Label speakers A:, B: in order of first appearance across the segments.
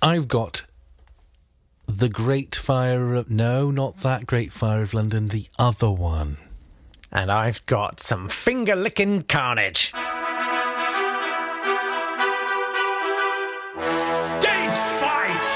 A: I've got the Great Fire of no, not that Great Fire of London, the other one.
B: And I've got some finger licking carnage.
C: Date fight!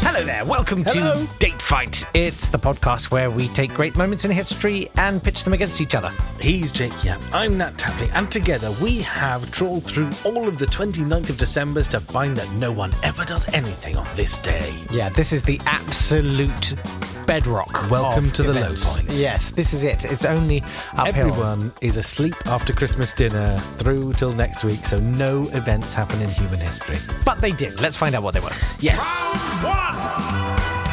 B: Hello there, welcome
A: Hello.
B: to Date Fight. It's the podcast where we take great moments in history and pitch them against each other.
A: He's Jake Yap, I'm Nat Tapley, and together we have trawled through all of the 29th of Decembers to find that no one ever does anything on this day.
B: Yeah, this is the absolute bedrock.
A: Welcome
B: of
A: to the low
B: events.
A: point.
B: Yes, this is it. It's only uphill.
A: Everyone is asleep after Christmas dinner through till next week, so no events happen in human history.
B: But they did. Let's find out what they were.
A: Yes!
C: One!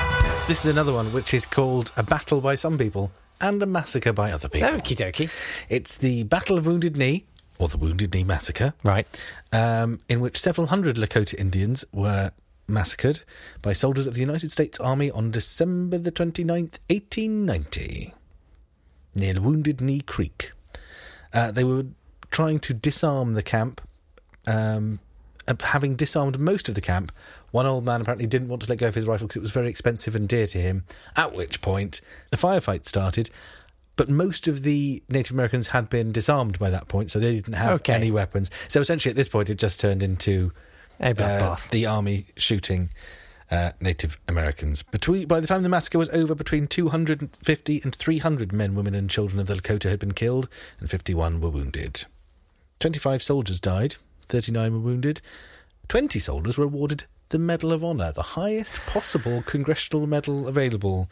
A: This is another one which is called A Battle by Some People and A Massacre by Other People.
B: Okie dokie.
A: It's the Battle of Wounded Knee, or the Wounded Knee Massacre,
B: Right.
A: um, in which several hundred Lakota Indians were massacred by soldiers of the United States Army on December the 29th, 1890, near Wounded Knee Creek. Uh, they were trying to disarm the camp. Um, uh, having disarmed most of the camp, one old man apparently didn't want to let go of his rifle because it was very expensive and dear to him. At which point, a firefight started, but most of the Native Americans had been disarmed by that point, so they didn't have
B: Okay.
A: any weapons. So essentially, at this point, it just turned into
B: A
A: uh,
B: bloodbath.
A: the army shooting uh, Native Americans. Between by the time the massacre was over, between 250 and 300 men, women, and children of the Lakota had been killed, and 51 were wounded. 25 soldiers died, 39 were wounded. 20 soldiers were awarded the Medal of Honor, the highest possible congressional medal available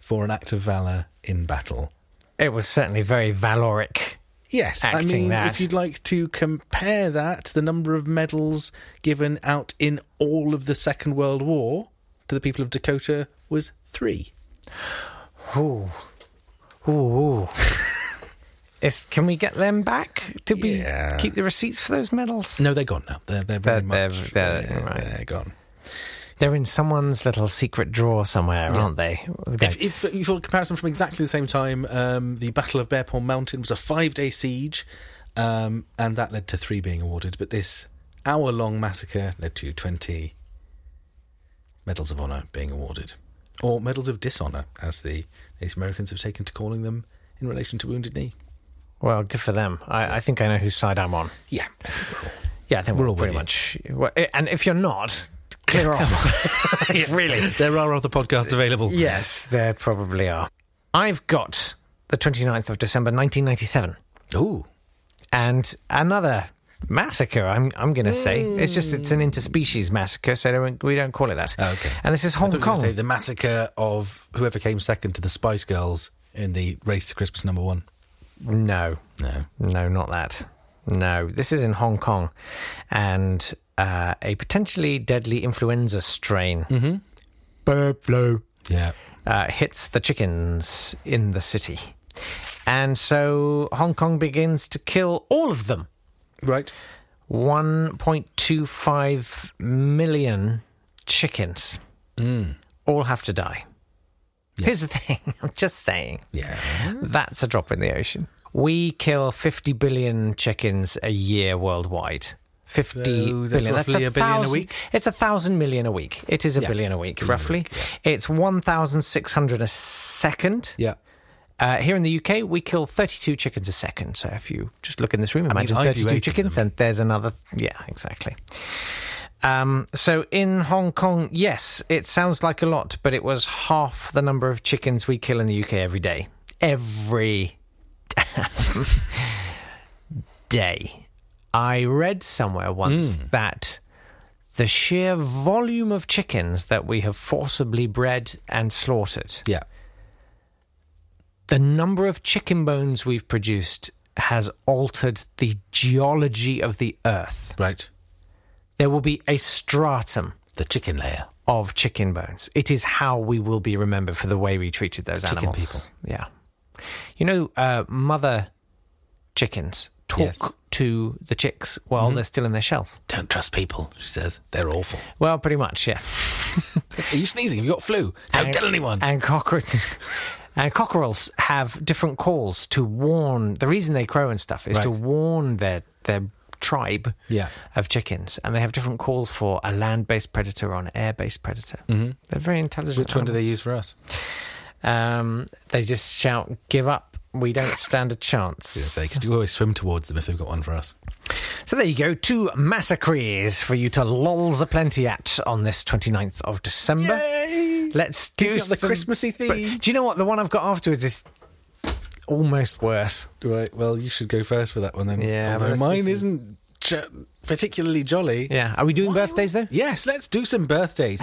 A: for an act of valor in battle.
B: it was certainly very valoric.
A: Yes, I
B: acting
A: mean,
B: that.
A: if you'd like to compare that, the number of medals given out in all of the Second World War to the people of Dakota was three.
B: Ooh. Ooh. ooh. It's, can we get them back? Did we
A: Yeah.
B: keep the receipts for those medals?
A: No, they're gone now. They're they're very
B: They're-
A: much
B: they're- they're-
A: yeah,
B: right.
A: they're gone.
B: They're in someone's little secret drawer somewhere, aren't they?
A: If, if, if you want a comparison from exactly the same time, um, the Battle of Bearpaw Mountain was a five-day siege, um, and that led to three being awarded. But this hour-long massacre led to twenty medals of honor being awarded, or medals of dishonor, as the Native Americans have taken to calling them in relation to Wounded Knee.
B: well, good for them. I, I think I know whose side I'm on.
A: Yeah,
B: Yeah, I think
A: We're
B: we're,
A: all
B: all pretty much. well, eh, And if you're not, clear off. really?
A: there are other podcasts available.
B: Yes, there probably are. I've got the 29th of December 1997
A: Ooh.
B: and another massacre I'm I'm going to say. It's just it's an interspecies massacre, so don't, we don't call it that.
A: Hmm. Oh, okay.
B: And this is
A: I
B: Hong
A: thought you were gonna
B: Kong.
A: Say the massacre of whoever came second to the Spice Girls in the race to Christmas number one.
B: no.
A: No.
B: No, not that. No, this is in Hong Kong, and uh, a potentially deadly influenza strain, bird flu,
A: Mm-hmm. Yeah.
B: uh, hits the chickens in the city, and so Hong Kong begins to kill all of them.
A: Right.
B: 1.25 million chickens
A: Mm.
B: all have to die. Here's the thing. I'm just saying.
A: Yeah.
B: That's a drop in the ocean. We kill 50 billion chickens a year worldwide. Fifty billion.
A: that's roughly a billion a
B: thousand-
A: week?
B: It's a thousand million a week. It is a billion a week, roughly. It's 1,600 a second.
A: Yeah.
B: Uh, here in the UK, we kill 32 chickens a second. So if you just look in this room, imagine
A: I do
B: 32
A: eight of
B: chickens,
A: them.
B: and there's another. Yeah, exactly. Um, so in Hong Kong, yes, it sounds like a lot, but it was half the number of chickens we kill in the UK every day. Every day. I read somewhere once
A: Hmm.
B: that the sheer volume of chickens that we have forcibly bred and slaughtered
A: Yeah.
B: the number of chicken bones we've produced has altered the geology of the earth.
A: Right.
B: There will be a stratum
A: The chicken layer.
B: of chicken bones. It is how we will be remembered for the way we treated those
A: Chicken
B: animals.
A: people.
B: Yeah. You know, uh, mother chickens talk
A: Yes. Mm-hmm.
B: to the chicks while they're still in their shells.
A: Don't trust people, she says. They're awful.
B: Well, pretty much, yeah.
A: Are you sneezing? Have you got flu? Don't
B: And-
A: tell anyone.
B: And cockroaches. And cockerels have different calls to warn. The reason they crow and stuff is to
A: Right.
B: warn their their tribe
A: Yeah.
B: of chickens, and they have different calls for a land-based predator or an air-based predator. Mm-hmm. They're very intelligent.
A: Which one do they
B: animals.
A: use for us?
B: Um, they just shout, "Give up! We don't stand a chance."
A: Goodness sakes, you always swim towards them if they've got one for us.
B: So there you go, two massacres for you to lols aplenty at on this 29th of December.
A: Yay!
B: Let's do
A: Keeping up the
B: some-
A: Christmassy theme.
B: But do you know what? The one I've got afterwards is almost worse.
A: Right, well, you should go first for that one then.
B: Yeah,
A: Although
B: let's do
A: mine
B: some-
A: isn't ju- particularly jolly.
B: Yeah. Are we doing birthdays though?
A: Yes, let's do some birthdays.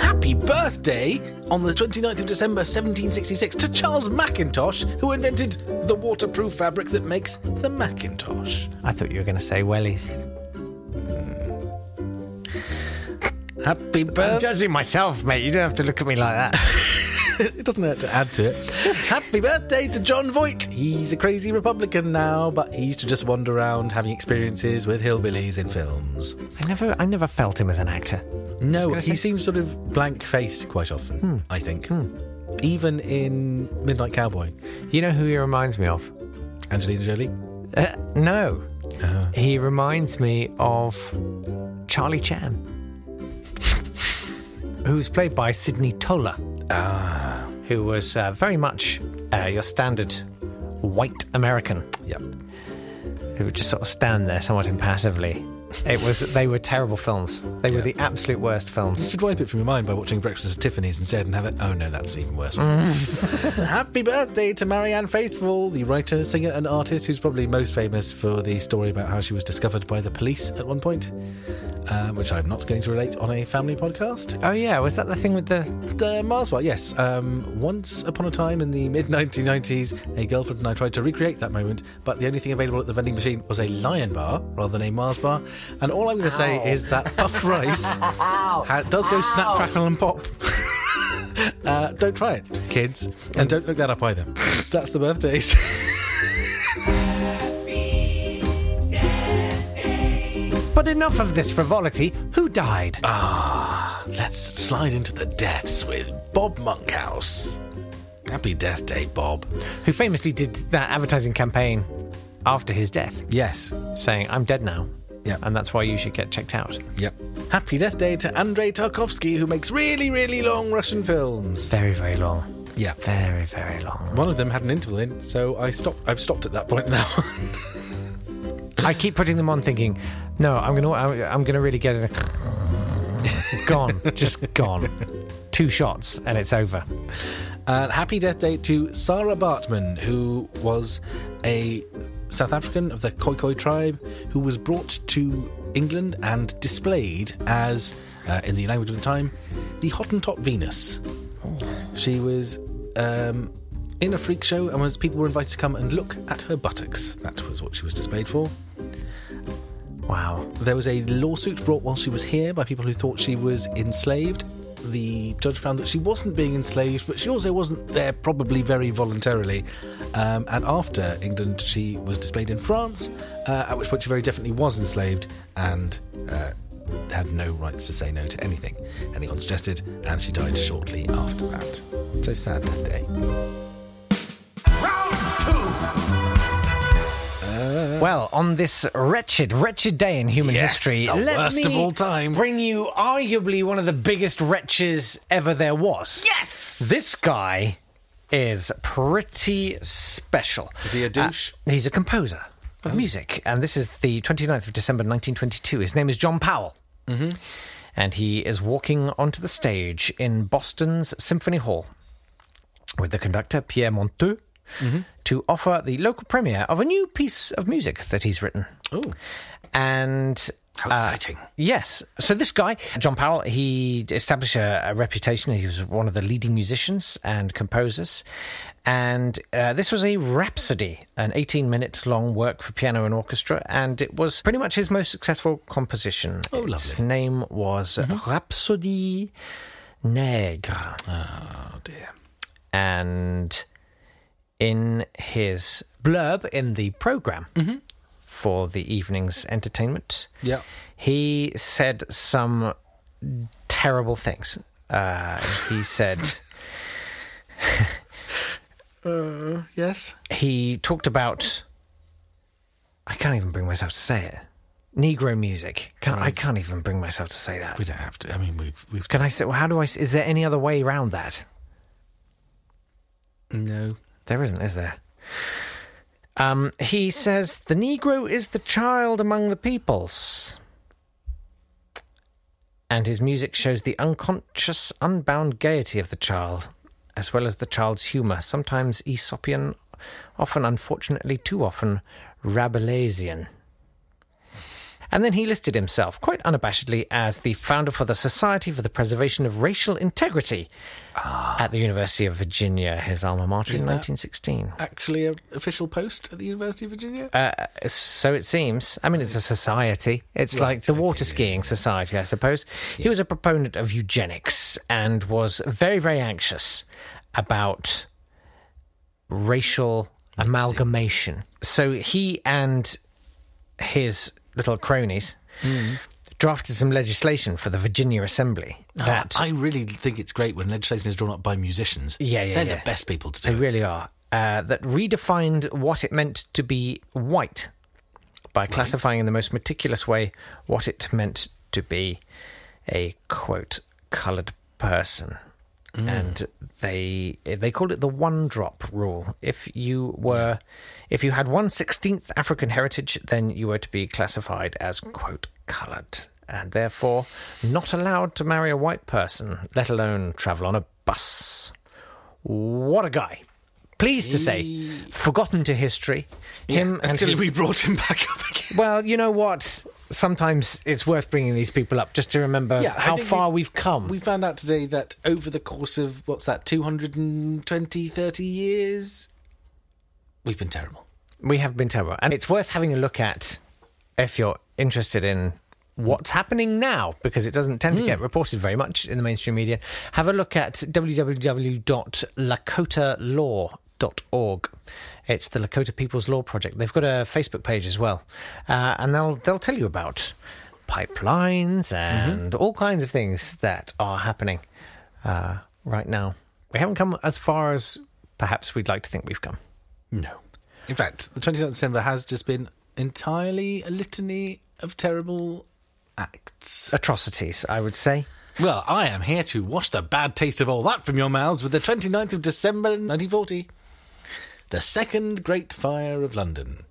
A: Happy birthday on the 29th of December 1766 to Charles Macintosh, who invented the waterproof fabric that makes the Macintosh.
B: I thought you were going to say wellies.
A: Happy
B: I'm
A: birthday.
B: judging myself, mate. You don't have to look at me like that.
A: It doesn't hurt to add to it. Happy birthday to John Voight. He's a crazy Republican now, but he used to just wander around having experiences with hillbillies in films.
B: I never, I never felt him as an actor.
A: No,
B: gonna
A: he
B: say-
A: seems sort of blank faced quite often, I think. Even in Midnight Cowboy,
B: You know who he reminds me of?
A: Angelina Jolie.
B: Uh, no, he reminds me of Charlie Chan, who's played by Sidney Tola, who was uh, very much uh, your standard white American.
A: Yep.
B: who would just sort of stand there somewhat impassively. It was they were terrible films. They were the absolute worst
A: You
B: films.
A: should wipe it from your mind by watching Breakfast at Tiffany's instead and have it. Oh no, that's an even worse. one. Happy birthday to Marianne Faithfull, the writer, singer, and artist who's probably most famous for the story about how she was discovered by the police at one point, um, which I'm not going to relate on a family podcast.
B: Oh yeah, was that the thing with the
A: The uh, Mars one, yes. Um, once upon a time in the mid 1990s, a girlfriend and I tried to recreate that moment, but the only thing available at the vending machine was a lion bar rather than a Mars bar. And all I'm going to say
B: Ow.
A: is that puffed rice ha- does go snap, crackle, and pop. uh, don't try it, kids. And don't look that up either. That's the birthdays.
B: But enough of this frivolity. Who died?
A: Let's slide into the deaths with Bob Monkhouse. Happy death day, Bob.
B: who famously did that advertising campaign after his death,
A: Yes.
B: saying, I'm dead now.
A: Yeah.
B: And that's why you should get checked out.
A: Yep. Happy Death Day to Andrei Tarkovsky, who makes really, really long Russian films.
B: Very, very long.
A: Yeah.
B: Very, very long.
A: One of them had an interval in, so I stopped. I've stopped at that point now.
B: I keep putting them on thinking, no, I'm gonna I'm I'm gonna really get it gone. Just gone. Two shots and it's over.
A: and Uh, happy Death Day to Sarah Bartman, who was a South African of the Khoikhoi tribe, who was brought to England and displayed as, uh, in the language of the time, the Hottentot Venus. She was um, in a freak show, and was people were invited to come and look at her buttocks. That was what she was displayed for.
B: Wow.
A: There was a lawsuit brought while she was here by people who thought she was enslaved. The judge found that she wasn't being enslaved, but she also wasn't there probably very voluntarily. Um, and after England, she was displayed in France, uh, at which point she very definitely was enslaved and uh, had no rights to say no to anything anyone suggested, and she died shortly after that. So sad death day.
C: Round two.
B: Well, on this wretched, wretched day in human
A: Yes,
B: history,
A: the
B: let
A: worst
B: me
A: of all time.
B: bring you arguably one of the biggest wretches ever there was. Yes, this guy is pretty special.
A: Is he a douche? Oh.
B: Uh, he's a composer of music, and this is the 29th of December 1922. His name is John Powell.
A: Mm-hmm.
B: And he is walking onto the stage in Boston's Symphony Hall with the conductor Pierre Monteux
A: Mm-hmm.
B: to offer the local premiere of a new piece of music that he's written.
A: Oh,
B: And
A: how
B: uh,
A: exciting!
B: yes, so this guy, John Powell, he established a, a reputation. He was one of the leading musicians and composers. And uh, this was a rhapsody, an 18 minute long work for piano and orchestra. And it was pretty much his most successful composition.
A: Oh, lovely. Mm-hmm.
B: Its name was Rhapsodie Negre
A: Oh dear.
B: and in his blurb in the program for the evening's entertainment,
A: Yeah.
B: he said some terrible things. Uh, he said,
A: Uh, Yes.
B: he talked about I can't even bring myself to say it. Negro music. Can, I can't even bring myself to say that.
A: We don't have to. I mean, we've we've
B: Can I say? Well, how do I? s- Is there any other way around that?
A: no.
B: There isn't, is there? Um, he says the Negro is the child among the peoples, and his music shows the unconscious, unbound gaiety of the child, as well as the child's humour, sometimes Aesopian, often, unfortunately, too often, Rabelaisian. And then he listed himself quite unabashedly as the founder for the Society for the Preservation of Racial Integrity at the University of Virginia, his alma mater, in
A: Isn't that-
B: 1916.
A: Actually, an official post at the University of Virginia.
B: Uh, so it seems. I mean, it's a society. It's like the water skiing society, I suppose. He was a proponent of eugenics and was very, very anxious about racial amalgamation. So he and his little cronies
A: Hmm.
B: drafted some legislation for the Virginia Assembly
A: Ah.
B: that
A: I really think it's great when legislation is drawn up by musicians.
B: Yeah, yeah,
A: They're
B: yeah.
A: the best people to do.
B: They
A: it.
B: really are. Uh, that redefined what it meant to be white by classifying in the most meticulous way what it meant to be a quote coloured person. And they they called it the one drop rule. If you were, if you had one sixteenth African heritage, then you were to be classified as quote coloured, and therefore not allowed to marry a white person, let alone travel on a bus. What a guy! Pleased to say, forgotten to history. Him and
A: Until
B: his-
A: we brought him back up again.
B: well, you know what? Sometimes it's worth bringing these people up just to remember
A: Yeah, I
B: how
A: think
B: far
A: we-
B: we've come.
A: We found out today that over the course of what's that, 220, 30 years, we've been terrible.
B: We have been terrible. And it's worth having a look at if you're interested in what's happening now, because it doesn't tend to get reported very much in the mainstream media. Have a look at www.lakotalaw.org. It's the Lakota People's Law Project. They've got a Facebook page as well. Uh, and they'll, they'll tell you about pipelines and all kinds of things that are happening uh, right now. We haven't come as far as perhaps we'd like to think we've come.
A: No. In fact, the 29th of December has just been entirely a litany of terrible acts.
B: atrocities, I would say.
A: Well, I am here to wash the bad taste of all that from your mouths with the 29th of December 1940, the Second Great Fire of London,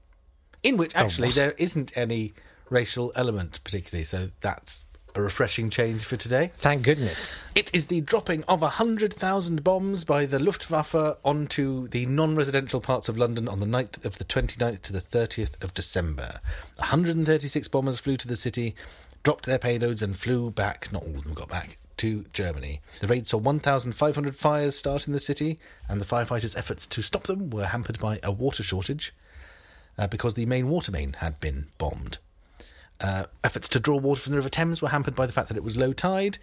A: in which actually
B: what?
A: there isn't any racial element particularly, so that's a refreshing change for today.
B: Thank goodness.
A: It is the dropping of 100,000 bombs by the Luftwaffe onto the non residential parts of London on the 9th of the 29th to the 30th of December. 136 bombers flew to the city, dropped their payloads, and flew back. Not all of them got back. To Germany. The raid saw 1,500 fires start in the city, and the firefighters' efforts to stop them were hampered by a water shortage uh, because the main water main had been bombed uh, efforts to draw water from the River Thames were hampered by the fact that it was low tide,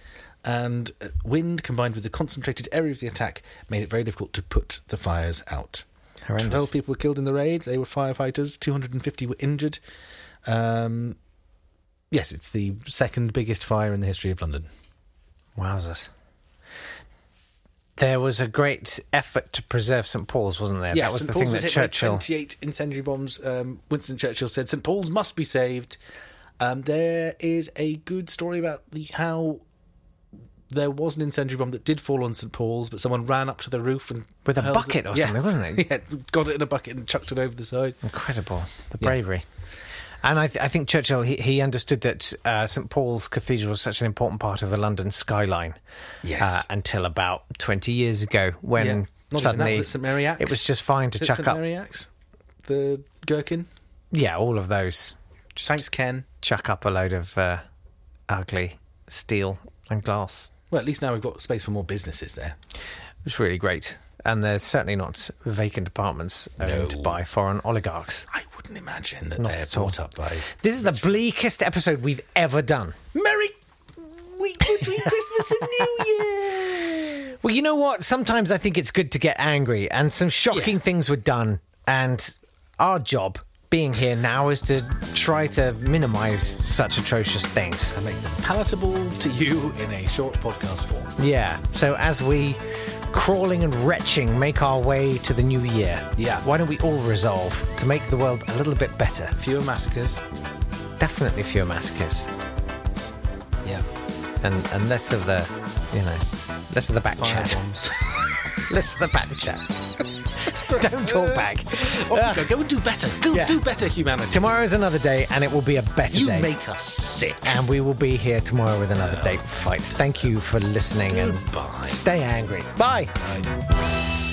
A: and uh, wind combined with the concentrated area of the attack made it very difficult to put the fires out.
B: Horrendous.
A: Twelve people were killed in the raid. They were firefighters. Two hundred and fifty were injured. Um, yes, it's the second biggest fire in the history of London.
B: Wowzers. There was a great effort to preserve St. Paul's, wasn't there? that was
A: St.
B: the
A: Paul's
B: thing
A: was
B: that
A: hit by
B: Churchill.
A: 28 incendiary bombs. Um, Winston Churchill said St. Paul's must be saved. Um, there is a good story about the, how there was an incendiary bomb that did fall on St. Paul's, but someone ran up to the roof and
B: With a
A: hurled
B: bucket or
A: Yeah.
B: something, wasn't it?
A: yeah, got it in a bucket and chucked it over the side.
B: Incredible. The bravery. And I, th- I think Churchill, he, he understood that uh, St. Paul's Cathedral was such an important part of the London skyline.
A: Yes.
B: Uh, until about 20 years ago when
A: Yeah. Not even that,
B: suddenly
A: but St. Mary Axe.
B: it was just fine to
A: Is it
B: chuck
A: St.
B: up.
A: Mary Axe? The gherkin.
B: Yeah, all of those.
A: Thanks, Ken.
B: Chuck up a load of uh, ugly steel and glass
A: Well, at least now we've got space for more businesses there.
B: It's really great. And they're certainly not vacant apartments owned
A: No.
B: by foreign oligarchs.
A: I wouldn't imagine that
B: Not
A: they're
B: at all.
A: brought up by
B: This is the bleakest episode we've ever done.
A: Merry week between Christmas and New Year.
B: Well, you know what? Sometimes I think it's good to get angry, and some shocking
A: Yeah.
B: things were done. And our job being here now is to try to minimize such atrocious things.
A: And make them palatable to you in a short podcast form.
B: Yeah. So as we crawling and retching, make our way to the new year.
A: Yeah.
B: Why don't we all resolve to make the world a little bit better?
A: Fewer massacres.
B: Definitely fewer massacres
A: Yeah.
B: and, and less of the, you know, less of the back chat. Less of the back chat. don't talk back.
A: Off you go. Go and do better. Go
B: Yeah.
A: do better, humanity.
B: Tomorrow is another day, and it will be a better
A: you
B: day.
A: make us sick.
B: and we will be here tomorrow with another day fight. Thank you for listening
A: Goodbye.
B: and stay angry. Bye.